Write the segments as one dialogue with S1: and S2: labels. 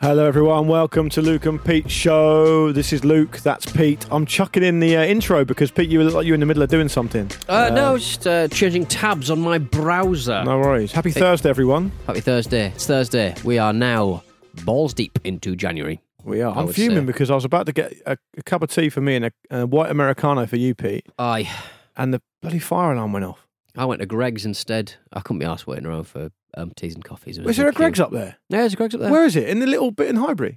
S1: Hello, everyone. Welcome to Luke and Pete show. This is Luke. That's Pete. I'm chucking in the uh, intro because Pete, you look like you're in the middle of doing something.
S2: Uh, no, just uh, changing tabs on my browser.
S1: Um, No worries. Happy Thursday, everyone.
S2: Happy Thursday. It's Thursday. We are now balls deep into January.
S1: We are.
S2: I
S1: I'm
S2: would
S1: fuming
S2: say.
S1: because I was about to get a, a cup of tea for me and a, a white americano for you, Pete,
S2: I
S1: and the bloody fire alarm went off.
S2: I went to Greg's instead. I couldn't be asked waiting around for um, teas and coffees. It
S1: Is there a
S2: queue.
S1: Greg's up there?
S2: Yeah, there's a Greg's up there.
S1: Where is it? In the little bit in Highbury.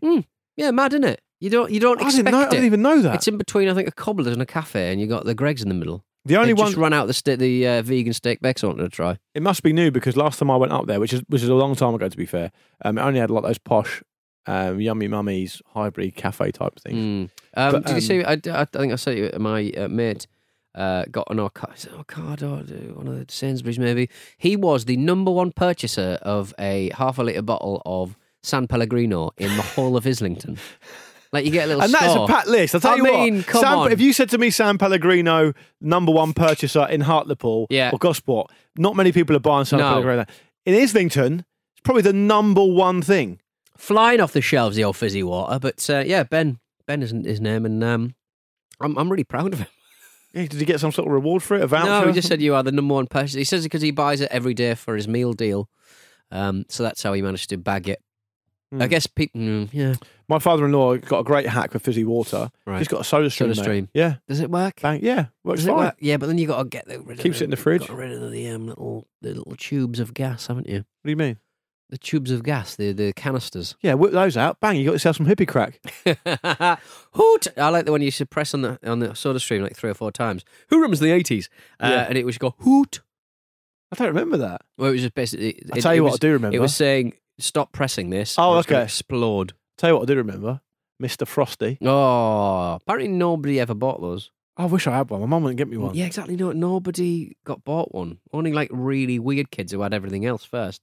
S2: Yeah, mad, isn't it? You don't you don't
S1: I
S2: expect
S1: didn't know. I
S2: it.
S1: didn't even know that.
S2: It's in between, I think, a cobbler's and a cafe, and you got the Greg's in the middle.
S1: the only
S2: Only
S1: one.
S2: just run out the sti the uh, vegan steak bakes I wanted to try.
S1: It must be new because last time I went up there, which is which is a long time ago, to be fair. Um, it only had like those posh, um, yummy mummies Highbury cafe type things.
S2: Mm. Um,
S1: But,
S2: did
S1: um,
S2: you see? I, I think I said to you, my uh, mate uh, got an Ocado, is it Ocado, one of the Sainsbury's maybe. He was the number one purchaser of a half a litre bottle of San Pellegrino in the whole of Islington. Like you get a little
S1: And that is a
S2: store.
S1: pat list. I'll tell
S2: I
S1: you
S2: mean,
S1: what.
S2: come
S1: San,
S2: on.
S1: If you said to me, San Pellegrino, number one purchaser in Hartlepool
S2: Yeah.
S1: or Gosport, not many people are buying San
S2: No.
S1: Pellegrino. In Islington, it's probably the number one thing.
S2: flying off the shelves, the old fizzy water. But uh, yeah, Ben, Ben isn't his name, and um, I'm I'm really proud of him.
S1: Yeah, Did you get some sort of reward for it? A voucher?
S2: No,
S1: or
S2: he just
S1: something?
S2: said you are the number one purchaser. He says because he buys it every day for his meal deal. Um, so that's how he managed to bag it. I
S1: Mm.
S2: guess people, mm, yeah.
S1: My father in law got a great hack for fizzy water.
S2: Right.
S1: He's got a soda stream.
S2: Soda
S1: mate.
S2: Stream.
S1: Yeah.
S2: Does it work?
S1: Bang. Yeah. Works
S2: Does it
S1: fine.
S2: work? Yeah, but then you got to get the rid
S1: Keeps
S2: of
S1: it in the fridge.
S2: Got rid of the um, little the little tubes of gas, haven't you?
S1: What do you mean?
S2: The tubes of gas, the the canisters.
S1: Yeah, whip those out. Bang, you got yourself some hippie crack.
S2: Hoot! I like the one you should press on the on the soda stream like three or four times. Who remembers the eighties? Uh,
S1: Yeah.
S2: And it was go hoot.
S1: I don't remember that.
S2: Well, it was just basically.
S1: I'll
S2: it-
S1: tell you
S2: it
S1: what
S2: was-
S1: I do remember.
S2: It was saying stop pressing this.
S1: Oh,
S2: or it's gonna
S1: okay.
S2: Explode.
S1: Tell you what I do remember, Mr. Frosty.
S2: Oh, apparently nobody ever bought those.
S1: I wish I had one. My mum wouldn't get me one.
S2: Yeah, exactly. No, nobody got bought one. Only like really weird kids who had everything else first.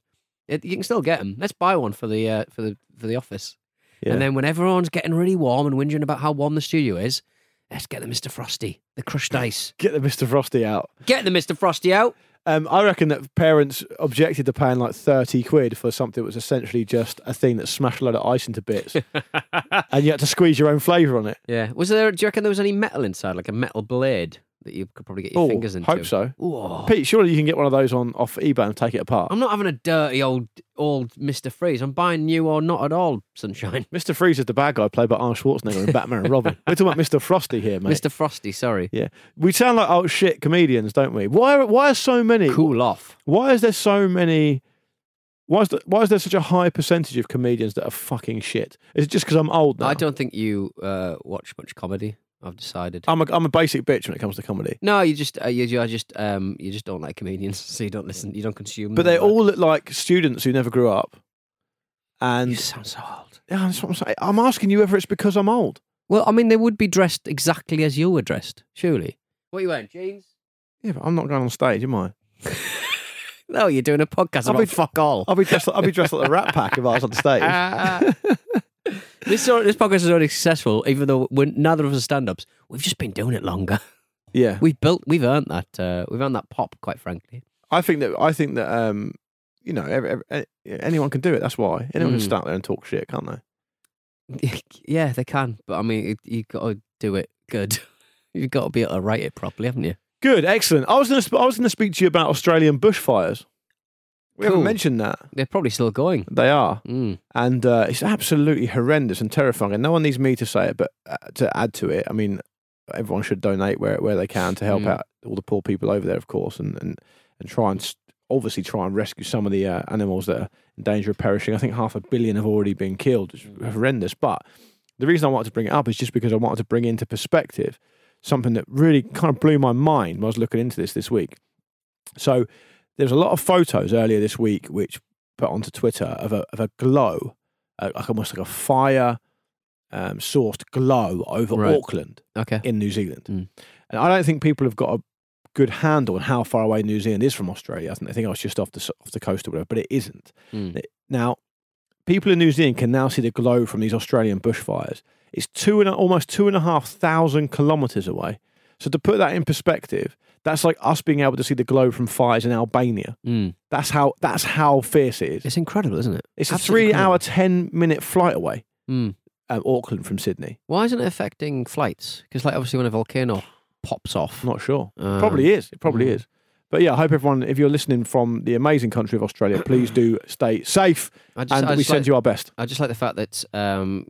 S2: It, you can still get them. Let's buy one for the uh, for the for the office.
S1: Yeah.
S2: And then when everyone's getting really warm and whinging about how warm the studio is, let's get the Mr. Frosty, the crushed ice.
S1: get the Mr. Frosty out.
S2: Get the Mr. Frosty out.
S1: Um, I reckon that parents objected to paying like 30 quid for something that was essentially just a thing that smashed a load of ice into bits and you had to squeeze your own flavour on it.
S2: Yeah. Was there? Do you reckon there was any metal inside, like a metal blade that you could probably get your
S1: Oh,
S2: fingers into?
S1: hope so.
S2: Whoa.
S1: Pete, surely you can get one of those on off eBay and take it apart.
S2: I'm not having a dirty old old Mr. Freeze. I'm buying new or not at all, sunshine.
S1: Mr. Freeze is the bad guy played by Arnold Schwarzenegger in Batman and Robin. We're talking about Mr. Frosty here, mate.
S2: Mr. Frosty, sorry.
S1: Yeah, we sound like oh shit comedians, don't we? Why? Are, why are so many?
S2: Cool off.
S1: Why is there so many? Why is, the, why is there such a high percentage of comedians that are fucking shit? Is it just because I'm old now?
S2: I don't think you uh, watch much comedy. I've decided.
S1: I'm a, I'm a basic bitch when it comes to comedy.
S2: no, you just uh, you, you are just um, you just don't like comedians, so you don't
S1: Mm.
S2: listen, you don't consume.
S1: But
S2: them,
S1: they all look like students who never grew up,
S2: you
S1: and
S2: sound so old.
S1: Yeah, that's what I'm saying. I'm asking you whether it's because I'm old.
S2: Well, I mean, they would be dressed exactly as you were dressed, surely. What are you wearing? Jeans?
S1: Yeah, but I'm not going on stage, am I?
S2: No, you're doing a podcast
S1: I'll
S2: about
S1: be-
S2: fuck all.
S1: I'll be dressed. I'll be dressed like the Rat Pack if I was on stage.
S2: this sort- this podcast is already successful, even though we're, neither of us are stand-ups. We've just been doing it longer.
S1: yeah,
S2: We've built, we've earned that. Uh, we've earned that pop, quite frankly.
S1: I think that. I think that. Um, you know, every, every, anyone can do it. That's why anyone
S2: Mm.
S1: can start there and talk shit, can't they?
S2: yeah, they can, but I mean, it, you've got to do it good. You've got to be able to write it properly, haven't you?
S1: Good, excellent. I was going to. I was going to speak to you about Australian bushfires. We
S2: Cool.
S1: haven't mentioned that.
S2: They're probably still going.
S1: They are,
S2: Mm.
S1: and uh, it's absolutely horrendous and terrifying. And no one needs me to say it, but uh, to add to it, I mean, everyone should donate where where they can to help
S2: Mm.
S1: out all the poor people over there, of course, and and and try and s- obviously try and rescue some of the uh, animals that are in danger of perishing. I think half a billion have already been killed. It's horrendous, but the reason I wanted to bring it up is just because I wanted to bring into perspective something that really kind of blew my mind when I was looking into this this week. So there's a lot of photos earlier this week which put onto Twitter of a of a glow, uh, like almost like a fire um, sourced glow over
S2: Right.
S1: Auckland
S2: Okay.
S1: in New Zealand.
S2: Mm.
S1: And I don't think people have got a good handle on how far away New Zealand is from Australia. I think they think oh, it's just off the s- off the coast or whatever, but it isn't.
S2: Mm.
S1: It- Now, people in New Zealand can now see the glow from these Australian bushfires. It's two and a, almost two and a half thousand kilometres away. So to put that in perspective, that's like us being able to see the glow from fires in Albania.
S2: Mm.
S1: That's how that's how fierce it is.
S2: It's incredible, isn't it?
S1: It's a
S2: Absolutely
S1: three-hour, ten-minute flight away,
S2: incredible. Mm.
S1: um, Auckland from Sydney.
S2: Why isn't it affecting flights? Because, like, obviously, when a volcano pops off,
S1: I'm not sure.
S2: Um,
S1: probably is. It probably
S2: mm.
S1: is. But yeah, I hope everyone, if you're listening from the amazing country of Australia, please do stay safe,
S2: I just,
S1: and
S2: I
S1: we
S2: just
S1: send
S2: like-
S1: you our best.
S2: I just like the fact that um,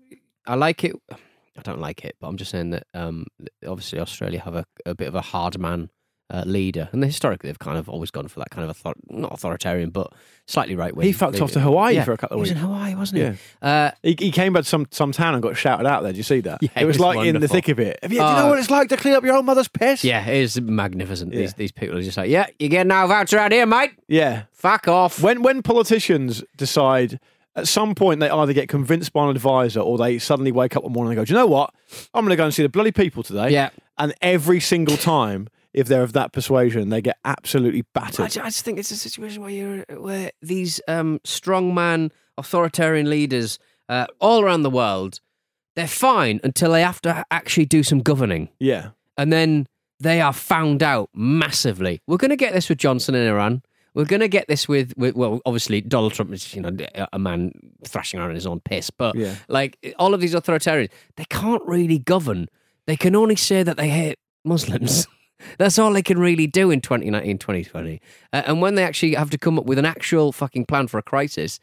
S2: I like it. I don't like it, but I'm just saying that um, obviously Australia have a, a bit of a hard man uh, leader, and historically they've kind of always gone for that kind of author- not authoritarian, but slightly right wing.
S1: He fucked off to Hawaii
S2: yeah.
S1: for a couple
S2: He
S1: of
S2: was in
S1: weeks.
S2: Hawaii, wasn't
S1: Yeah.
S2: he? Uh,
S1: He, he came back to some, some town and got shouted out there. Did you see that?
S2: Yeah,
S1: it was,
S2: it was
S1: like in the
S2: wonderful.
S1: thick of it. Uh, Have you, do you know
S2: Oh.
S1: what it's like to clean up your own mother's piss?
S2: yeah, it is magnificent.
S1: Yeah.
S2: These these people are just like, yeah, you're getting our voucher out here, mate.
S1: yeah.
S2: Fuck off.
S1: When when politicians decide at some point they either get convinced by an advisor or they suddenly wake up one morning and go, do you know what? I'm going to go and see the bloody people today.
S2: Yeah.
S1: And every single time, if they're of that persuasion, they get absolutely
S2: I,
S1: battered.
S2: ju- I just think it's a situation where you're where these um, strongman authoritarian leaders uh, all around the world they're fine until they have to actually do some governing,
S1: Yeah.
S2: and then they are found out massively. We're going to get this with Johnson in Iran. We're going to get this with, with well, obviously Donald Trump is you know a- a man thrashing around in his own piss, but
S1: Yeah.
S2: like all of these authoritarians, they can't really govern. They can only say that they hate Muslims. That's all they can really do in 2019, 2020. Uh, and when they actually have to come up with an actual fucking plan for a crisis,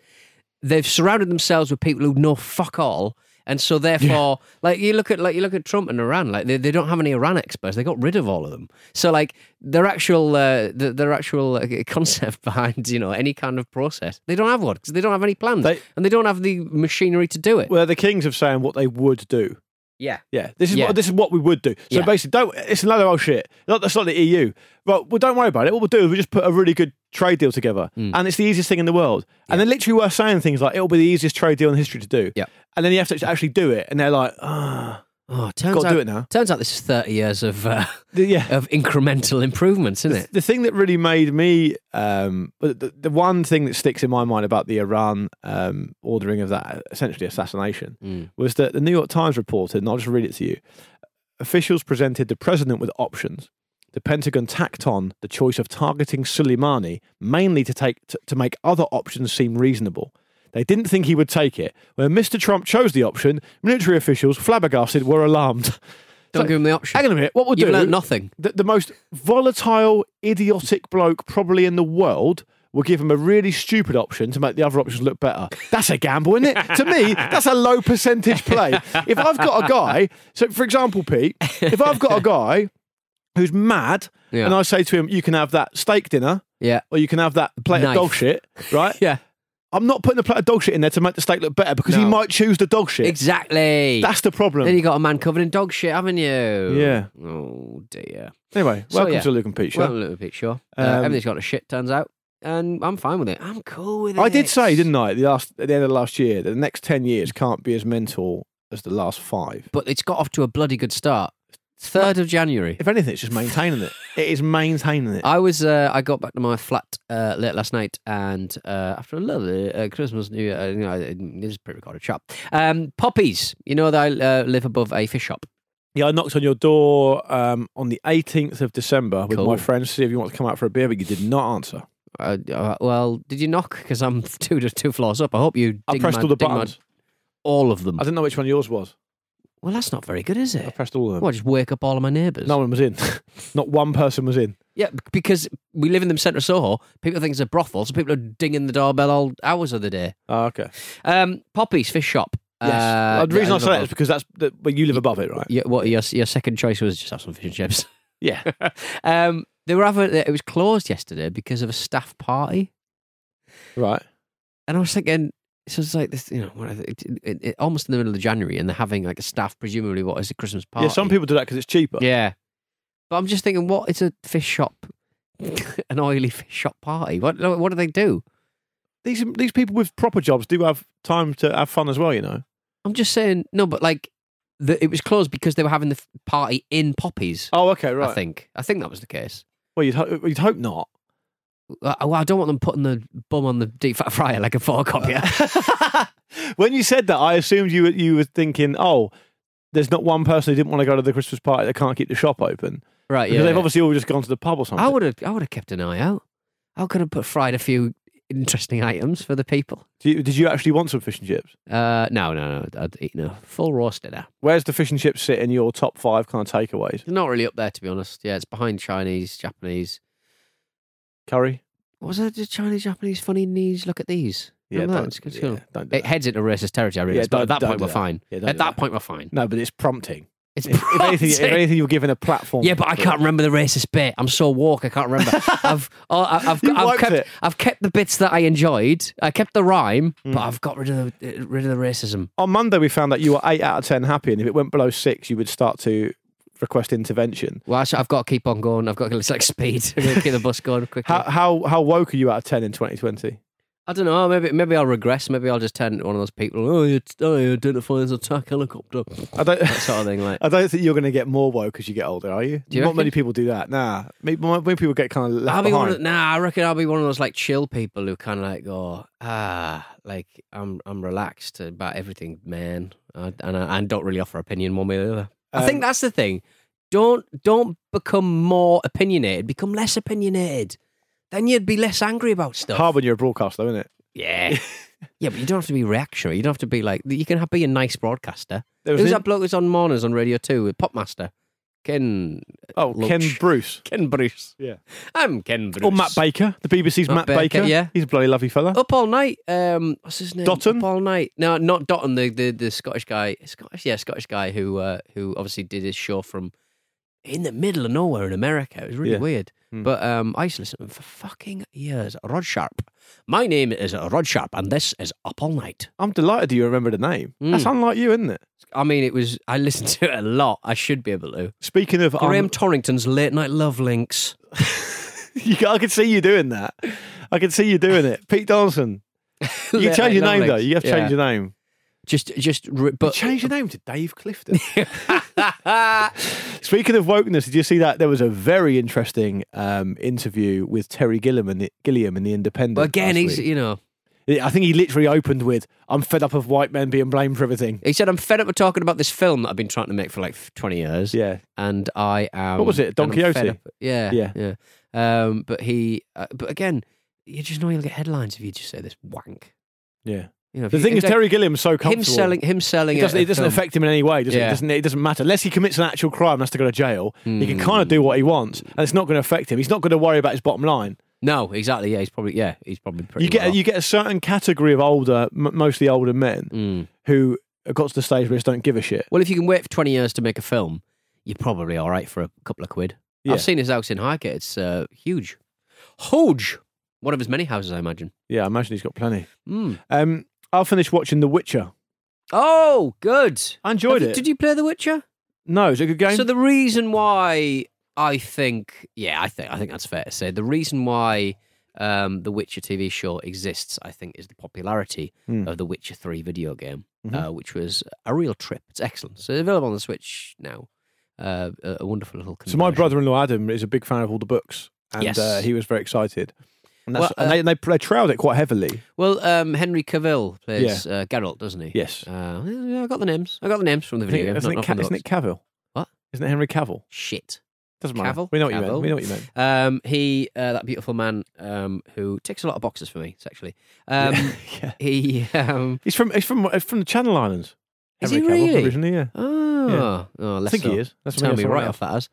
S2: they've surrounded themselves with people who know fuck all. And so, therefore, like you look at like you look at Trump and Iran, like they, they don't have any Iran experts. They got rid of all of them. So, like their actual uh, the, their actual uh, concept behind you know any kind of process, they don't have one because they don't have any plans
S1: They-
S2: and they don't have the machinery to do it.
S1: Well, they're the kings of saying what they would do.
S2: yeah,
S1: Yeah, this is
S2: Yeah.
S1: what this is what we would do. So
S2: Yeah.
S1: basically, don't. It's a load of old shit. Not, that's not the EU. But well, don't worry about it. What we'll do is we just put a really good trade deal together,
S2: Mm.
S1: and it's the easiest thing in the world. And they literally were saying things like, "It'll be the easiest trade deal in history to do."
S2: Yeah.
S1: And then you have to actually do it, and they're like, "Ah,
S2: Oh, turns
S1: Gotta
S2: out,
S1: do it now.
S2: Turns out this is thirty years of uh,
S1: The- yeah."
S2: of incremental improvements, isn't
S1: The,
S2: it?
S1: the thing that really made me, um, but the, the one thing that sticks in my mind about the Iran um, ordering of that essentially assassination
S2: Mm.
S1: was that the New York Times reported, and I'll just read it to you. Officials presented the president with options. The Pentagon tacked on the choice of targeting Soleimani mainly to take to, to make other options seem reasonable. They didn't think he would take it. When Mr. Trump chose the option, military officials, flabbergasted, were alarmed.
S2: Don't
S1: So-
S2: give them the option.
S1: Hang on a minute. What we'll
S2: You've
S1: do?
S2: learnt nothing.
S1: The, the most volatile, idiotic bloke probably in the world will give him a really stupid option to make the other options look better. That's a gamble, isn't it? to me, that's a low percentage play. If I've got a guy, so for example, Pete, if I've got a guy who's mad
S2: Yeah.
S1: and I say to him, "You can have that steak dinner,
S2: Yeah,
S1: or you can have that plate
S2: Knife.
S1: of dog shit," right?
S2: yeah,
S1: I'm not putting the plate of dog shit in there to make the steak look better because he
S2: No.
S1: might choose the dog shit.
S2: exactly.
S1: That's the problem.
S2: then you got a man covered in dog shit, haven't you?
S1: Yeah.
S2: Oh dear.
S1: anyway,
S2: So,
S1: welcome
S2: yeah.
S1: to Luke and Pete Show.
S2: Well, a little bit sure. Uh,
S1: Um,
S2: everything's got a shit. Turns out. and I'm fine with it. I'm cool with it.
S1: I did say, didn't I, at the last at the end of last year, that the next ten years can't be as mental as the last five.
S2: But it's got off to a bloody good start. Third of January.
S1: If anything, it's just maintaining it. It is maintaining it.
S2: I was uh, I got back to my flat uh, late last night, and uh, after a lovely uh, Christmas New Year, uh, you know, I- this is a pre-recorded shop. Um, poppies, you know that I uh, live above a fish shop.
S1: Yeah, I knocked on your door um, on the 18th of December with
S2: Cool.
S1: my friends to see if you want to come out for a beer, but you did not answer.
S2: Uh, uh, well, did you knock? Because I'm two to two floors up. I hope you.
S1: I
S2: ding
S1: pressed
S2: my-
S1: all the
S2: ding my-
S1: buttons.
S2: all of them.
S1: I didn't know which one yours was.
S2: Well, that's not very good, is
S1: I
S2: it?
S1: pressed all of them.
S2: Well, I just wake up all of my neighbours.
S1: No one was in. not one person was in.
S2: Yeah, b- because we live in the centre of Soho. People think it's a brothel, so people are dinging the doorbell all hours of the day.
S1: Oh, okay.
S2: Um, Poppy's fish shop.
S1: Yes.
S2: Uh,
S1: Uh, the reason I
S2: live
S1: say that
S2: above.
S1: is because that's the, well, you live above it, right?
S2: Yeah, what your your second choice was just have some fish and chips.
S1: Yeah.
S2: um, they were having it was closed yesterday because of a staff party,
S1: Right.
S2: and I was thinking. So it's like this, you know, whatever, it, it, it, almost in the middle of January, and they're having like a staff, presumably, what is a Christmas party?
S1: Yeah, some people do that because it's cheaper.
S2: Yeah, but I'm just thinking, what is a fish shop, an oily fish shop party? What what do they do?
S1: These these people with proper jobs do have time to have fun as well, you know.
S2: I'm just saying, no, but like, the, it was closed because they were having the f- party in Poppies.
S1: Oh, okay, right.
S2: I think. I think that was the case. Uh,
S1: Well, you'd, ho- you'd hope not.
S2: I, well, I don't want them putting the bum on the deep fat fryer like a photocopier.
S1: when you said that, I assumed you were, you were thinking, oh, there's not one person who didn't want to go to the Christmas party that can't keep the shop open.
S2: right,
S1: Because
S2: yeah.
S1: they've obviously all just gone to the pub or something.
S2: I would have. I would have kept an eye out. I could have put fried a few interesting items for the people.
S1: Do you- did you actually want some fish and chips?
S2: Uh, no, no, no. I'd eaten a full roast dinner.
S1: Where's the fish and chips sit in your top five kind of takeaways?
S2: It's not really up there, to be honest. Yeah, it's behind Chinese, Japanese.
S1: Curry?
S2: What was that? Just Chinese, Japanese, funny knees. Look at these. Remember that?
S1: don't-
S2: It's good
S1: yeah,
S2: school.
S1: don't do
S2: It
S1: that.
S2: heads into racist territory, I realize, but
S1: don't-
S2: at that
S1: don't
S2: point
S1: do
S2: we're
S1: that.
S2: fine.
S1: Yeah, don't
S2: at
S1: do
S2: that
S1: that.
S2: point we're fine.
S1: No, but it's prompting.
S2: It's
S1: If, if anything, if
S2: prompting.
S1: anything, you're given a platform.
S2: Yeah, but I
S1: for
S2: can't
S1: it.
S2: remember the racist bit. I'm so woke, I can't remember. I've, oh, I- I've,
S1: You
S2: I've
S1: wiped
S2: kept,
S1: it.
S2: I've kept the bits that I enjoyed. I kept the rhyme,
S1: Hmm.
S2: but I've got rid of the, rid of the racism.
S1: On Monday, we found that you were eight out of ten happy, and if it went below six, you would start to request intervention.
S2: Well, actually, I've got to keep on going. I've got to it's like speed. I'm gonna keep the bus going quickly.
S1: How how how woke are you out of ten in 2020?
S2: I don't know. Maybe maybe I'll regress. Maybe I'll just turn into one of those people. Oh, you, oh, you identify as a attack helicopter.
S1: I don't.
S2: That sort of thing. Like,
S1: I don't think you're going to get more woke as you get older, are you?
S2: Do you
S1: Not
S2: reckon?
S1: many people do that. Nah, maybe when people get kind of left
S2: I'll be one
S1: behind.
S2: of, nah, I reckon I'll be one of those like chill people who kind of like go, ah, like I'm I'm relaxed about everything, man, I, and I, and don't really offer opinion one way or the other. I
S1: Um,
S2: think that's the thing. Don't don't become more opinionated. Become less opinionated. Then you'd be less angry about stuff.
S1: Hard when you're a broadcaster, isn't it?
S2: Yeah, yeah, but you don't have to be reactionary. You don't have to be like you can have, be a nice broadcaster.
S1: There was
S2: Who's
S1: an-
S2: that bloke who's on Morners on Radio Two with Popmaster? Ken
S1: Oh, Ken
S2: Lunch.
S1: Bruce.
S2: Ken Bruce.
S1: Yeah.
S2: I'm Ken Bruce.
S1: Or Matt Baker, the BBC's Matt,
S2: Matt
S1: Baker.
S2: Baker, yeah. Oh.
S1: He's a bloody lovely fella.
S2: Up all night. Um, what's his name?
S1: Dotton?
S2: Up all night. No, not Dotton. The, the the Scottish guy. Scottish, yeah, Scottish guy who uh, who obviously did his show from in the middle of nowhere in America. It was really
S1: Yeah. Hmm.
S2: weird. But um, I used to listen to him for fucking years. Rod Sharp. My name is Rod Sharp, and this is Up All Night.
S1: I'm delighted you remember the name.
S2: Mm.
S1: That's unlike you, isn't it?
S2: I mean, it was. I listened to it a lot. I should be able to.
S1: Speaking of, um,
S2: Graham Torrington's late night love links.
S1: you- I could see you doing that. I could see you doing it. Pete Donaldson. You can
S2: Late
S1: change
S2: Night
S1: your
S2: Love
S1: name though.
S2: Links.
S1: You have to change
S2: Yeah.
S1: your name.
S2: Just, just, re- but
S1: change your name to Dave Clifton. Speaking of wokeness, did you see that there was a very interesting um, interview with Terry Gilliam in the, Gilliam in the Independent?
S2: but again,
S1: last
S2: he's
S1: week?
S2: you know.
S1: I think he literally opened with, "I'm fed up of white men being blamed for everything."
S2: He said, "I'm fed up with talking about this film that I've been trying to make for like 20 years,
S1: Yeah,
S2: and I am."
S1: What was it, Don
S2: and I'm fed
S1: Quixote?
S2: up- Yeah, yeah, yeah. Um, but he, uh, but again, you just know you'll get headlines if you just say this wank.
S1: yeah.
S2: You know, if
S1: The
S2: you-
S1: thing
S2: if
S1: is,
S2: they-
S1: Terry Gilliam's so comfortable.
S2: him selling, him selling,
S1: It doesn't,
S2: a-
S1: it doesn't
S2: a film.
S1: affect him in any way, does it?
S2: Yeah.
S1: It doesn't, it doesn't matter. Unless he commits an actual crime, has to go to jail. He can kind of do what he wants, and it's not going to affect him. He's not going to worry about his bottom line.
S2: No, exactly. Yeah, he's probably, yeah, he's probably pretty.
S1: You get
S2: well
S1: you get a certain category of older, m- mostly older men,
S2: off. Mm.
S1: who have got to the stage where they just don't give a shit.
S2: Well, if you can wait for 20 years to make a film, you're probably all right for a couple of quid.
S1: Yeah.
S2: I've seen his house in Highgate. It's uh, huge, huge. One of his many houses, I imagine.
S1: Yeah, I imagine he's got plenty.
S2: Mm.
S1: Um, I'll finish watching The Witcher.
S2: Oh, good.
S1: I enjoyed
S2: Have you-
S1: it.
S2: Did you play The Witcher?
S1: No, is it a good game?
S2: So the reason why I think, yeah, I think I think that's fair to say. The reason why um, the Witcher TV show exists, I think, is the popularity
S1: Hmm.
S2: of the Witcher 3 video game,
S1: Mm-hmm.
S2: uh, which was a real trip. It's excellent. So it's available on the Switch now. Uh, a a wonderful little.
S1: So my
S2: conversion.
S1: brother-in-law Adam is a big fan of all the books, and
S2: Yes.
S1: uh, he was very excited. And, that's,
S2: Well, uh,
S1: and they, they they trailed it quite heavily.
S2: Well, um, Henry Cavill plays uh, Geralt, doesn't he?
S1: Yes.
S2: Uh, yeah, I got the names. I got the names from the
S1: Isn't
S2: video
S1: it,
S2: game.
S1: isn't
S2: Not,
S1: it,
S2: not
S1: Ca-
S2: from the
S1: isn't
S2: books.
S1: it Cavill?
S2: What?
S1: Isn't it Henry Cavill?
S2: Shit.
S1: Doesn't matter.
S2: Cavill?
S1: We know what you meant.
S2: Cavill.
S1: We know what you meant.
S2: Um, he, uh, that beautiful man, um, who ticks a lot of boxes for me sexually. Um,
S1: yeah.
S2: He, um,
S1: He's from he's from he's from the Channel Islands.
S2: Is
S1: Henry
S2: he
S1: Cavill,
S2: really?
S1: Originally, yeah.
S2: oh, oh,
S1: I
S2: less
S1: think
S2: so.
S1: he is. That's
S2: Tell
S1: what
S2: me right off that as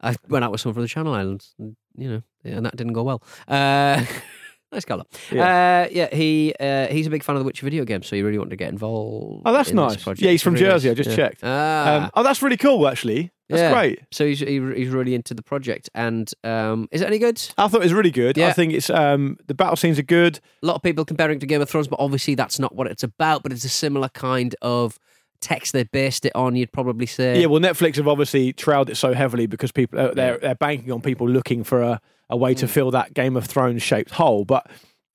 S2: I went out with someone from the Channel Islands, and, you know, and that didn't go well. Uh, nice colour. Yeah, uh, yeah. He uh, he's a big fan of the Witcher video game, so he really wanted to get involved.
S1: Oh, that's
S2: in this
S1: nice.
S2: project.
S1: Yeah, he's from
S2: Really nice.
S1: Jersey, I just
S2: Yeah.
S1: checked.
S2: Ah,
S1: Um, oh, that's really cool. Actually, that's
S2: Yeah.
S1: great.
S2: So he's he, he's really into the project, and um, is it any good?
S1: I thought it was really good. I
S2: Yeah.
S1: think it's um, the battle scenes are good.
S2: A lot of people comparing it to Game of Thrones, but obviously that's not what it's about. But it's a similar kind of text they based it on. You'd probably say,
S1: Yeah, well, Netflix have obviously trailed it so heavily because people uh, they're they're banking on people looking for a, a way to fill that Game of Thrones shaped hole. But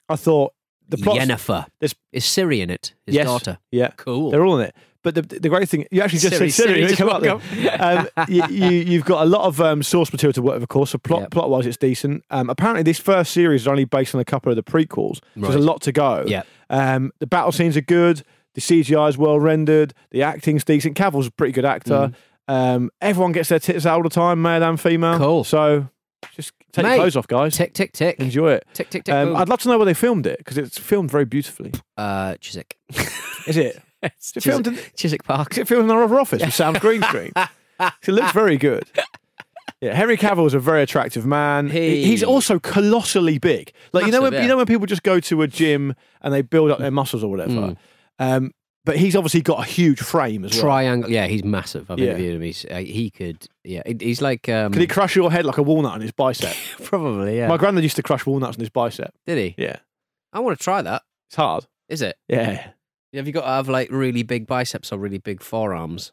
S1: I thought the plot
S2: Yennefer
S1: There's-
S2: is Siri in it. His
S1: yes,
S2: daughter.
S1: yeah,
S2: Cool.
S1: They're all in it. But the, the great thing, you actually just
S2: Siri,
S1: said Siri.
S2: Siri
S1: it
S2: just
S1: come up
S2: woke
S1: there. um, you, you, you've got a lot of um, source material to work with, of course. So plot
S2: Yep.
S1: plot wise, it's decent. Um, apparently, this first series is only based on a couple of the prequels. So There's a
S2: Right.
S1: lot to go.
S2: Yep.
S1: Um, the battle scenes are good. The CGI is well rendered. The acting's decent. Cavill's a pretty good actor. Um, everyone gets their tits out all the time, male and female.
S2: Mm. Cool.
S1: So just take your
S2: Mate,
S1: clothes off, guys.
S2: Tick tick tick.
S1: Enjoy it.
S2: Tick tick tick.
S1: Um,
S2: boom.
S1: I'd love to know where they filmed it because it's filmed very beautifully.
S2: uh, Chiswick.
S1: Is it?
S2: It's
S1: it filmed
S2: Chiswick, Chiswick Park.
S1: Because it filmed in our other office with Sam green screen. So it looks very good. Yeah, Henry Cavill's a very attractive man. He- He's
S2: He-
S1: also colossally big. Like you know,
S2: Massive,
S1: when, you
S2: yeah.
S1: know when people just go to a gym and they build up their muscles or whatever. Um, but he's obviously got a huge frame as well.
S2: Triangle. Mm. Yeah, he's massive. I've
S1: Yeah.
S2: interviewed him. He's, uh, he could. Yeah, he- he's like. Um,
S1: Could he crush your head like a walnut on his bicep?
S2: probably. Yeah.
S1: My granddad used to crush walnuts on his bicep.
S2: Did he?
S1: Yeah,
S2: I want to try that.
S1: it's hard.
S2: Is it?
S1: Yeah,
S2: Have you got to have like really big biceps or really big forearms?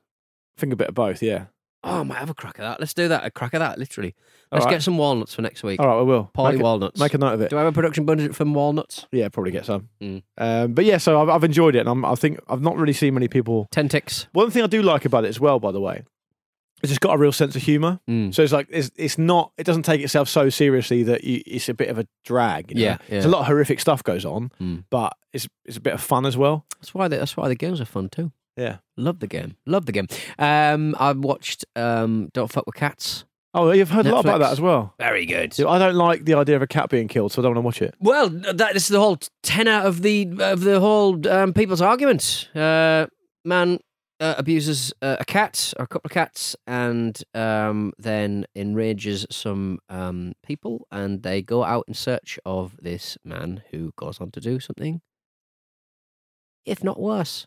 S1: think a bit of both. Yeah.
S2: Oh, I might have a crack at that. Let's do that. A crack at that. Literally.
S1: All
S2: Let's
S1: right.
S2: get some walnuts for next week.
S1: All right, I will.
S2: Party
S1: Make a-
S2: walnuts.
S1: Make a note of it.
S2: Do I have a production budget from walnuts?
S1: Yeah, probably get some.
S2: Mm.
S1: Um, but yeah, so I've, I've enjoyed it, and I'm, I think I've not really seen many people
S2: Ten ticks.
S1: One thing I do like about it as well, by the way, is it's got a real sense of humour.
S2: Mm.
S1: So it's like it's, it's not it doesn't take itself so seriously that you, it's a bit of a drag. you know?
S2: Yeah,
S1: There's a
S2: yeah.
S1: lot of horrific stuff goes on,
S2: Mm.
S1: but it's it's a bit of fun as well.
S2: That's why. The, that's why the games are fun too.
S1: Yeah.
S2: Love the game. Love the game. Um, I watched um, Don't Fuck with Cats.
S1: Oh, you've heard a lot about
S2: Netflix.
S1: that as well.
S2: Very good.
S1: I don't like the idea of a cat being killed, so I don't want to watch it.
S2: Well, that this is the whole tenor of the of the whole um, people's argument. Uh, man uh, abuses uh, a cat or a couple of cats, and um, then enrages some um, people, and they go out in search of this man who goes on to do something, if not worse,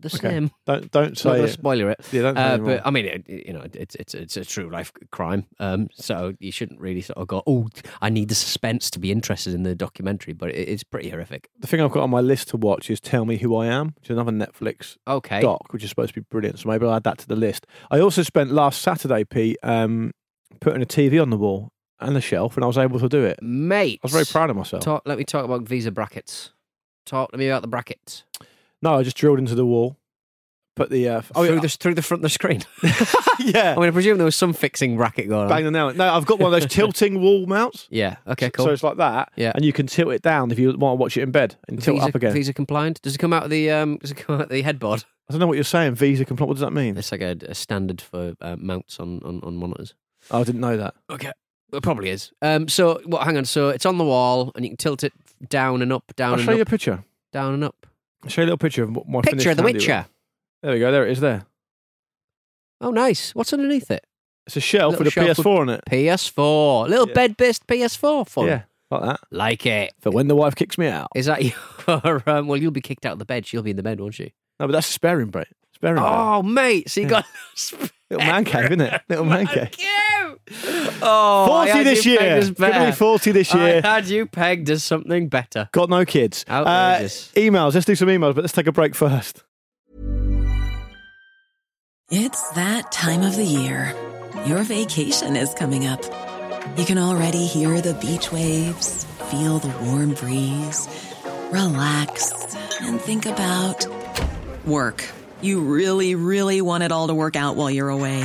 S2: the
S1: Okay.
S2: same.
S1: Don't don't say
S2: So, not going to
S1: it.
S2: spoiler it.
S1: Yeah, don't say
S2: Uh,
S1: any more.
S2: but I mean, it, it- you know, it's it's it's a true life crime. Um, so you shouldn't really sort of go, oh, I need the suspense to be interested in the documentary, but it, it's pretty horrific.
S1: the thing I've got on my list to watch is Tell Me Who I Am, which is another Netflix
S2: Okay.
S1: doc, which is supposed to be brilliant. So maybe I'll add that to the list. I also spent last Saturday, Pete, um, putting a TV on the wall and a shelf, and I was able to do it. I
S2: Mate.
S1: was very proud of myself.
S2: Talk, let me talk about visa brackets. Talk to me about the brackets.
S1: No, I just drilled into the wall, put the uh, oh
S2: through,
S1: yeah,
S2: the, through the front of the screen. I
S1: yeah,
S2: mean, I presume there was some fixing bracket going on.
S1: bang the nail. No, I've got one of those tilting wall mounts.
S2: Yeah. Okay,
S1: So-
S2: cool.
S1: So it's like that,
S2: Yeah.
S1: and you can tilt it down if you want to watch it in bed and tilt
S2: visa,
S1: up again.
S2: Visa compliant. Does it come out of the um? Does it come out of the headboard?
S1: I don't know what you're saying. Visa compliant. What does that mean?
S2: It's like a, a standard for uh, mounts on, on on monitors.
S1: Oh, I didn't know that.
S2: Okay. It probably is. Um, so, well, hang on. So it's on the wall, and you can tilt it down and up, down
S1: I'll
S2: and
S1: show you a
S2: up,
S1: picture.
S2: down and up.
S1: I'll show you a little picture of what my
S2: Picture of
S1: finished
S2: the
S1: handiwork.
S2: Witcher.
S1: There we go. There it is. There.
S2: Oh, nice. What's underneath it?
S1: It's a shelf
S2: Little
S1: with a
S2: shelf with-
S1: PS4 on it.
S2: PS4. Little
S1: Yeah.
S2: bed-based PS4 fun.
S1: Yeah, like that.
S2: Like it.
S1: For when the wife kicks me out.
S2: Is that your? Um, well, you'll be kicked out of the bed. She'll be in the bed, won't she?
S1: No, but that's a sparing break. Sparing break.
S2: Oh, mate. So you got.
S1: Little man cave, isn't it? Little man cave.
S2: Cute. Oh, I
S1: 40
S2: had
S1: this
S2: you
S1: year.
S2: pegged as
S1: It's gonna be
S2: better.
S1: 40 this year.
S2: I had you pegged as something better.
S1: Got no kids. Uh,
S2: Outrageous.
S1: emails. Let's do some emails, but let's take a break first.
S3: It's that time of the year. Your vacation is coming up. You can already hear the beach waves, feel the warm breeze, relax, and think about work. You really, really want it all to work out while you're away.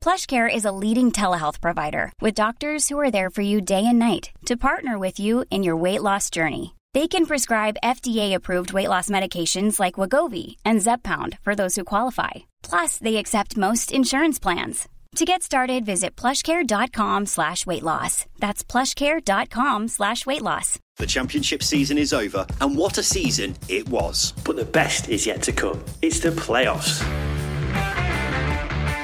S4: PlushCare is a leading telehealth provider with doctors who are there for you day and night to partner with you in your weight loss journey. They can prescribe FDA-approved weight loss medications like Wagovi and Zepbound for those who qualify. Plus, they accept most insurance plans. To get started, visit plushcare.com slash weight loss. That's plushcare.com slash weight loss.
S5: The championship season is over, and what a season it was.
S6: But the best is yet to come. It's the playoffs.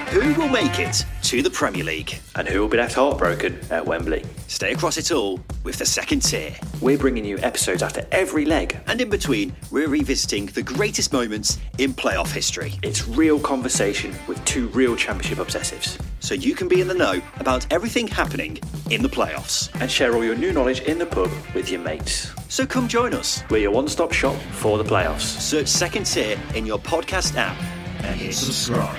S5: Who will make it to the Premier League?
S6: And who will be left heartbroken at Wembley?
S5: Stay across it all with the second tier.
S6: We're bringing you episodes after every leg.
S5: And in between, we're revisiting the greatest moments in playoff history.
S6: It's real conversation with two real championship obsessives.
S5: So you can be in the know about everything happening in the playoffs.
S6: And share all your new knowledge in the pub with your mates.
S5: So come join us.
S6: We're your one stop shop for the playoffs.
S5: Search second tier in your podcast app and hit subscribe.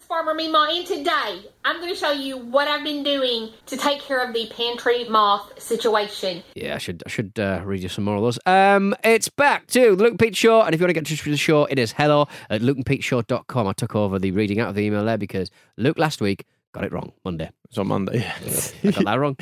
S7: Farmer Mima, and today I'm going to show you what I've been doing to take care of the pantry moth situation.
S2: Yeah, I should I should uh, read you some more of those. Um, it's back to the Luke and Pete Show, and if you want to get in touch with the show, it is hello at lukeandpeteshow.com. I took over the reading out of the email there because Luke last week got it wrong Monday.
S1: It's on Monday. Yeah.
S2: I got that wrong.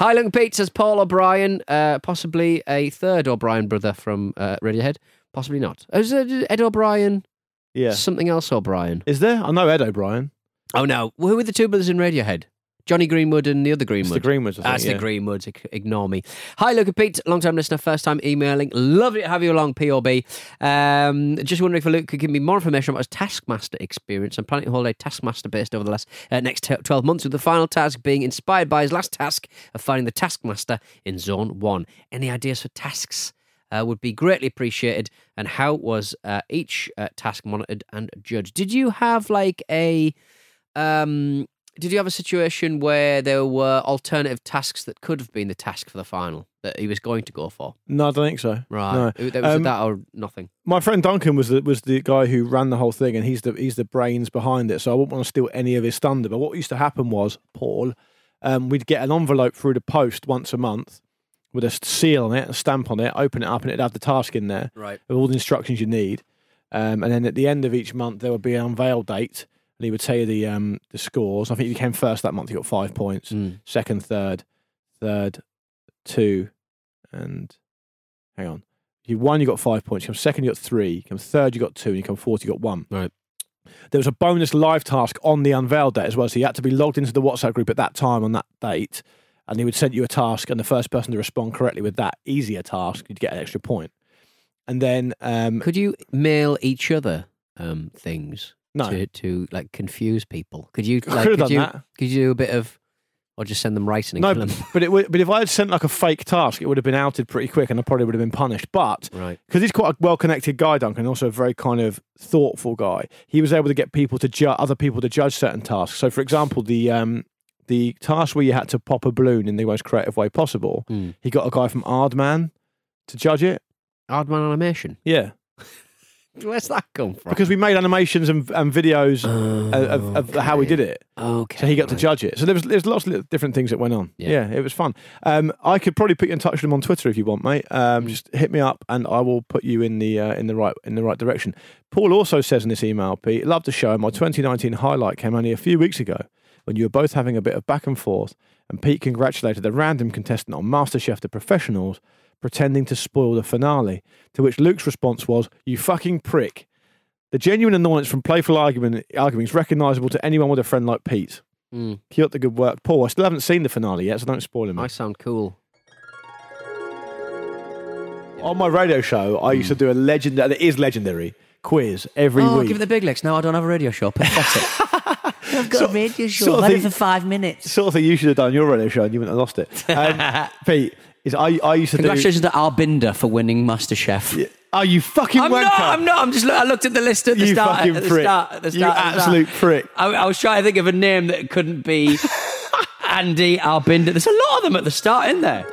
S2: Hi, Luke and Pete, says Paul O'Brien, uh, possibly a third O'Brien brother from uh, Radiohead. Possibly not. Is it Ed O'Brien?
S1: yeah.
S2: Something else O'Brien?
S1: Is there? I know Ed O'Brien.
S2: Oh no, who were the two brothers in Radiohead? Johnny Greenwood and the other
S1: It's
S2: Greenwood.
S1: the Greenwoods. I think,
S2: That's
S1: yeah.
S2: the Greenwoods. Ig- Ignore me. Hi, Luke and Pete, long time listener, first time emailing. Lovely to have you along, POB. Um, just wondering if Luke could give me more information about his Taskmaster experience. I'm planning to hold a Taskmaster based over the last uh, next t- 12 months, with the final task being inspired by his last task of finding the Taskmaster in Zone 1. Any ideas for tasks? Uh, would be greatly appreciated. And how was uh, each uh, task monitored and judged? Did you have like a um, did you have a situation where there were alternative tasks that could have been the task for the final that he was going to go for?
S1: No, I don't think so.
S2: Right.
S1: No.
S2: It- There was
S1: Um,
S2: that or nothing.
S1: My friend Duncan was the, was the guy who ran the whole thing, and he's the he's the brains behind it. So I wouldn't want to steal any of his thunder. But what used to happen was, Paul, um, we'd get an envelope through the post once a month with a s- seal on it, a stamp on it, open it up, and it'd have the task in there
S2: Right.
S1: of all the instructions you need. Um, and then at the end of each month, there would be an unveil date, and he would tell you the um, the scores. I think if you came first that month, you got five points. Second, third, third, two, and hang on. You won, you got five points. You come second, you got three. You come third, you got two. And you come fourth, you got one.
S2: Right.
S1: There was a bonus live task on the unveil date as well. So you had to be logged into the WhatsApp group at that time on that date. And he would send you a task, and the first person to respond correctly with that easier task, you'd get an extra point. And then um,
S2: Could you mail each other um, things
S1: No.
S2: to, to like confuse people? Could you
S1: I could
S2: like,
S1: have
S2: could
S1: done
S2: you
S1: that.
S2: could you do a bit of or just send them writing and
S1: No,
S2: kill
S1: b-
S2: them?
S1: but it would, but if I had sent like a fake task, it would have been outed pretty quick, and I probably would have been punished. But
S2: Right.
S1: because he's quite a well-connected guy, Duncan, also a very kind of thoughtful guy, he was able to get people to ju- other people to judge certain tasks. So, for example, the um, the task where you had to pop a balloon in the most creative way possible,
S2: Mm.
S1: he got a guy from Ardman to judge it.
S2: Hardman animation.
S1: Yeah,
S2: Where's that come from?
S1: because we made animations and, and videos
S2: Oh,
S1: of, of, of how we
S2: okay.
S1: did it.
S2: Okay.
S1: So he got to
S2: right.
S1: judge it. So there was there's lots of little different things that went on.
S2: Yeah.
S1: Yeah, it was fun. Um, I could probably put you in touch with him on Twitter if you want, mate.
S2: Mm.
S1: Um, just hit me up and I will put you in the uh, in the right in the right direction. Paul also says in this email, Pete, love the show. My 2019 highlight came only a few weeks ago. when you were both having a bit of back and forth, and Pete congratulated the random contestant on MasterChef the Professionals, pretending to spoil the finale. To which Luke's response was, You fucking prick. The genuine annoyance from playful argument, arguing is recognisable to anyone with a friend like Pete.
S8: Hmm.
S2: Mm.
S1: Keep up the good work. Paul, I still haven't seen the finale yet, so don't spoil him.
S2: I sound cool.
S1: On my radio show, I used to do a legendary, it is legendary, quiz every
S8: oh,
S1: week.
S8: give it the big legs. No, I don't have a radio show. Pathetic. I've got a radio show.
S1: sort of
S8: I've had it
S1: thing-
S8: for five minutes.
S1: sort of thing you should have done on your radio show and you wouldn't have lost it. Um, Pete, is I, I used to
S8: Congratulations to Arbinder for winning MasterChef.
S1: do. Are you fucking
S8: I'm
S1: wanker?
S8: not. I'm not. I'm just. Look, I looked at the list at the
S1: You
S8: start.
S1: fucking
S8: at the
S1: prick.
S8: start. At the
S1: You
S8: start. at the
S1: absolute
S8: start.
S1: prick.
S8: I, I was trying to think of a name that couldn't be Andy Arbinder. There's a lot of them at the start, isn't there?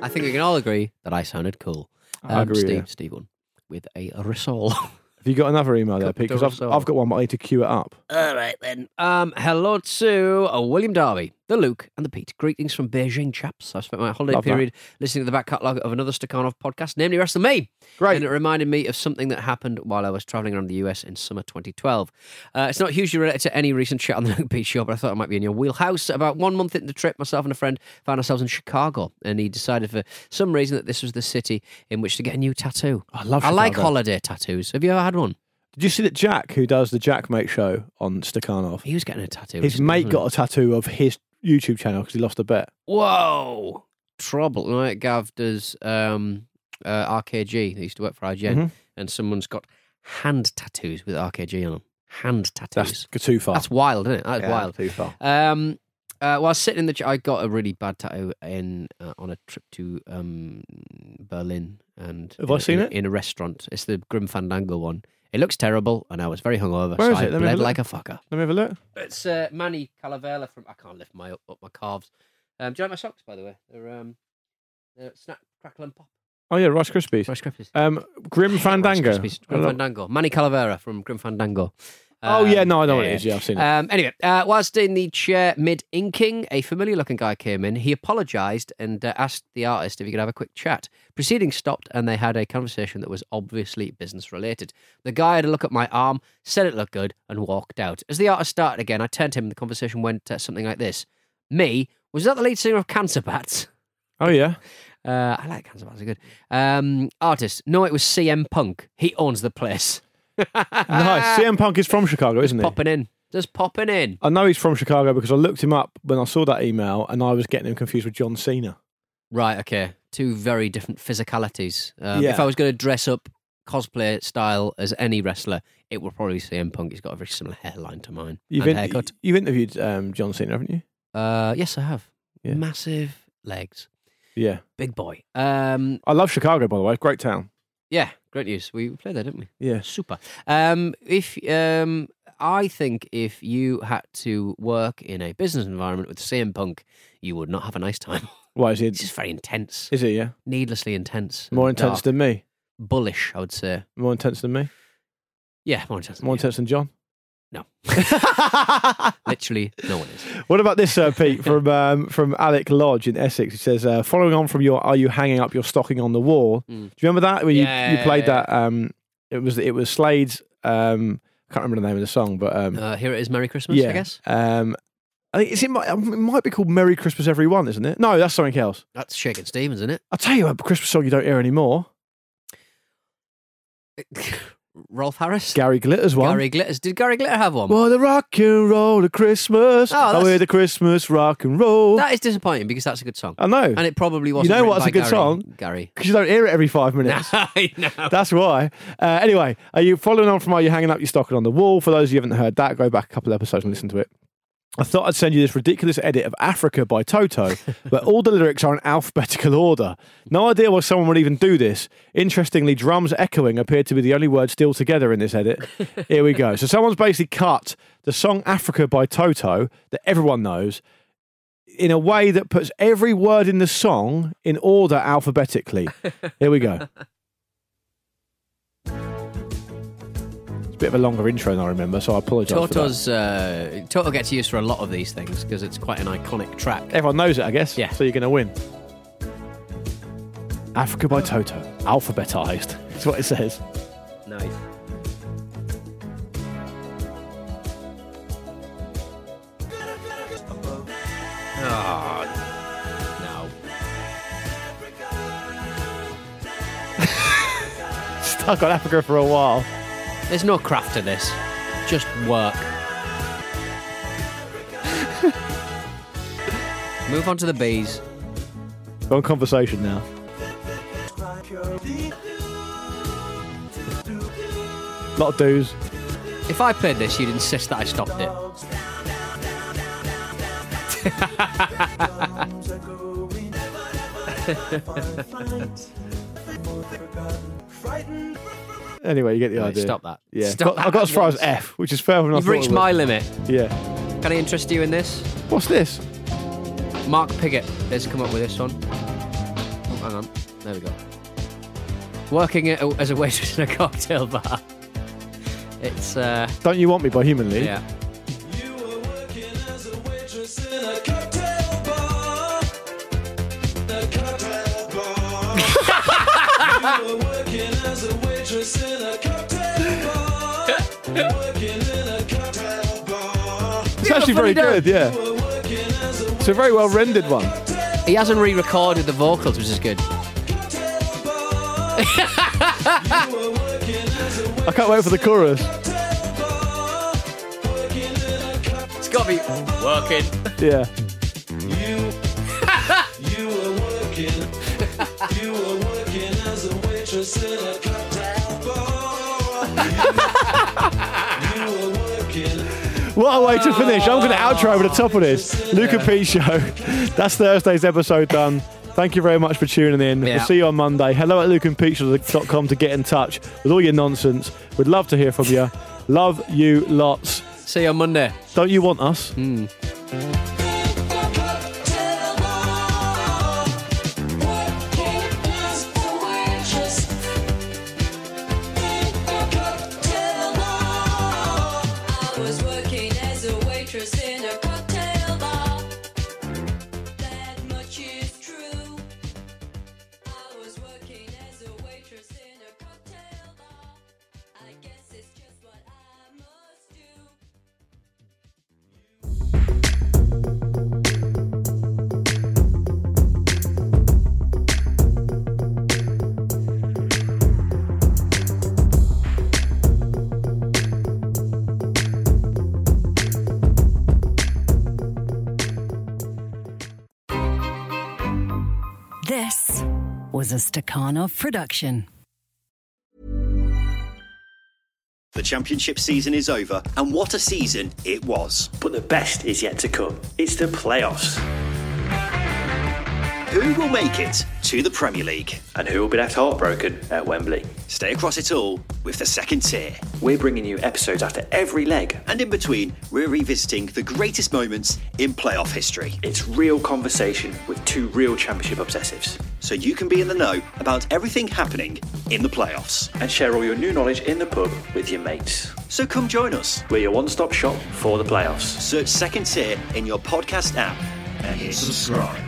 S2: I think we can all agree that I sounded cool. Um,
S1: I agree with
S2: Steve,
S1: you.
S2: Steve won with a resol.
S1: Have you got another email there,
S2: Got
S1: Pete? Because
S2: the
S1: I've,
S2: result.
S1: I've got one, but I need to queue it up.
S2: all right then. Um, hello to uh, William Darby, the Luke, and the Pete. Greetings from Beijing, chaps. I spent my holiday
S1: Love that.
S2: period listening to the back catalogue of another Stakhanov podcast, namely Wrestle Me.
S1: Great.
S2: And it reminded me of something that happened while I was traveling around the US in summer 2012. Uh, it's not hugely related to any recent chat on the Luke Pete show, but I thought it might be in your wheelhouse. About one month into the trip, myself and a friend found ourselves in Chicago, and he decided for some reason that this was the city in which to get a new tattoo.
S1: Oh, I love
S2: I like
S1: Chicago.
S2: holiday tattoos. Have you ever had one?
S1: Did you see that Jack, who does the Jack Mate show on Stakhanov,
S2: He was getting a tattoo.
S1: his
S2: recently,
S1: mate
S2: wasn't he?
S1: got a tattoo of his YouTube channel because he lost a bet.
S2: Whoa! Trouble. Like Gav does um, uh, RKG. He used to work for IGN,
S1: Mhm.
S2: and someone's got hand tattoos with RKG on them. Hand
S1: That's
S2: tattoos.
S1: g- too far.
S2: That's wild, isn't it? That's
S1: Yeah,
S2: wild.
S1: Too far.
S2: Um, uh, while sitting in the, ch- I got a really bad tattoo in uh, on a trip to um, Berlin, and
S1: Have
S2: in
S1: I
S2: a-
S1: seen
S2: in a-
S1: it?
S2: in a restaurant? It's the Grim Fandango one. It looks terrible, and I was very hungover,
S1: Where
S2: so
S1: is
S2: I
S1: it? Let me have a
S2: bled
S1: look.
S2: like a fucker.
S1: Let me have a look.
S2: It's uh, Manny Calavera from. I can't lift my up, up my calves. Um, do you like my socks, by the way? They're um, they're snack, crackle, and pop.
S1: Oh, yeah, Rice Krispies.
S2: Rice Krispies.
S1: Um, Grim
S2: Rice
S1: Fandango.
S2: Krispies. Grim
S1: I love-
S2: Fandango. Manny Calavera from Grim Fandango.
S1: Oh, yeah,
S2: Um,
S1: no, I know what it is. Yeah, I've seen it.
S2: Um, anyway, uh, whilst in the chair mid inking, a familiar looking guy came in. He apologised and uh, asked the artist if he could have a quick chat. Proceedings stopped and they had a conversation that was obviously business related. The guy had a look at my arm, said it looked good, and walked out. As the artist started again, I turned to him and the conversation went uh, something like this Me, was that the lead singer of Cancer Bats?
S1: oh, yeah.
S2: Uh, I like Cancer Bats, they're good. Um, artist, no, it was CM Punk. He owns the place.
S1: Nice. CM Punk is from Chicago, isn't he?
S2: Popping in. Just popping in.
S1: I know he's from Chicago because I looked him up when I saw that email and I was getting him confused with John Cena.
S2: Right. Okay. Two very different physicalities. Um, If
S1: Yeah.
S2: I was going to dress up cosplay style as any wrestler, it would probably be CM Punk. He's got a very similar hairline to mine.
S1: You've,
S2: and
S1: in-
S2: haircut.
S1: you've interviewed um, John Cena, haven't you?
S2: Uh, yes, I have.
S1: Yeah.
S2: Massive legs,
S1: Yeah.
S2: big boy. Um,
S1: I love Chicago, by the way. Great town.
S2: yeah. Great news. We played there, didn't we?
S1: Yeah.
S2: Super. Um, if um, I think if you had to work in a business environment with CM Punk, you would not have a nice time.
S1: Why is he?
S2: it's just very intense,
S1: Is he, yeah?
S2: needlessly intense, and
S1: More intense
S2: dark.
S1: than me.
S2: bullish. I would say.
S1: More intense than me.
S2: Yeah, more intense. than
S1: More
S2: you.
S1: intense than John.
S2: No. Literally, no one is.
S1: What about this, uh, Pete, from um, from Alec Lodge in Essex? He says, uh, following on from your "Are you hanging up your stocking on the wall?"
S2: Mm.
S1: Do you remember that? Where
S2: Yeah,
S1: you, you played
S2: yeah, yeah.
S1: that. Um, it was it was Slade's. Um, I can't remember the name of the song, but um,
S2: Uh, here it is, Merry Christmas, I guess.
S1: Um, I think- is it, mi- it might be called Merry Christmas Everyone, isn't it? No, that's something else.
S2: That's Shaken Stevens, isn't
S1: I'll tell you a Christmas song you don't hear anymore.
S2: it? Rolf Harris?
S1: Gary Glitter's one.
S2: Gary Glitters. Did Gary Glitter have one?
S1: Well, the rock and roll of Christmas.
S2: Oh,
S1: I
S2: that's-
S1: hear the Christmas rock and roll.
S2: That is disappointing because that's a good song.
S1: I know.
S2: And it probably wasn't.
S1: know
S2: written
S1: what's
S2: by
S1: a good
S2: Gary-
S1: song?
S2: Gary.
S1: Because you don't hear it every five minutes.
S2: I know.
S1: That's why. Uh, anyway, are you following on from Are You Hanging Up Your Stocking on the Wall? For those of you who haven't heard that, go back a couple of episodes and listen to it. I thought I'd send you this ridiculous edit of Africa by Toto, where all the lyrics are in alphabetical order. No idea why someone would even do this. Interestingly, drums echoing appeared to be the only word still together in this edit. Here we go. So someone's basically cut the song Africa by Toto that everyone knows in a way that puts every word in the song in order alphabetically. Here we go. It's a bit of a longer intro than I remember, so I apologise. for that.
S2: Toto's, uh, Toto gets used for a lot of these things because it's quite an iconic track.
S1: Everyone knows it, I guess.
S2: Yeah.
S1: So you're going to win. Africa by Toto, alphabetised. That's what it says.
S2: Nice.
S1: stuck on Africa for a while.
S2: There's no craft to this. Just work. Move on to the bees.
S1: Go on conversation now. Lot of do's.
S2: If I played this, you'd insist that I stopped it.
S1: Anyway, you get the
S2: Right,
S1: idea.
S2: stop that.
S1: Yeah,
S2: Stop
S1: Got- I got
S2: that
S1: as far as
S2: once.
S1: F, which is fair enough.
S2: You've reached my limit.
S1: Yeah.
S2: Can I interest you in this?
S1: What's this?
S2: Mark Pigott has come up with this one. Oh, hang on. There we go. Working at a, as a waitress in a cocktail bar. It's, uh,
S1: Don't you want me by Human League?
S2: yeah.
S1: It's actually very good. Yeah. It's a very well rendered one.
S2: He hasn't re recorded the vocals, which is good.
S1: I can't wait for the chorus.
S2: It's gotta be working.
S1: Yeah. What a way to finish. I'm going to outro over the top of this. Luca P Show. That's Thursday's episode done. Thank you very much for tuning in.
S2: Yeah.
S1: We'll see you on Monday. Hello at lukeandpeachshow.com to get in touch with all your nonsense. We'd love to hear from you. Love you lots.
S2: See you on Monday.
S1: Don't you want us?
S9: This was a Stakhanov production.
S5: The championship season is over, and what a season it was.
S6: But the best is yet to come. It's the playoffs.
S5: Who will make it to the Premier League?
S6: And who will be left heartbroken at Wembley?
S5: Stay across it all with the second tier.
S6: We're bringing you episodes after every leg.
S5: And in between, we're revisiting the greatest moments in playoff history.
S6: It's real conversation with two real championship obsessives.
S5: So you can be in the know about everything happening in the playoffs.
S6: And share all your new knowledge in the pub with your mates.
S5: So come join us.
S6: We're your one stop shop for the playoffs.
S5: Search second tier in your podcast app and hit subscribe.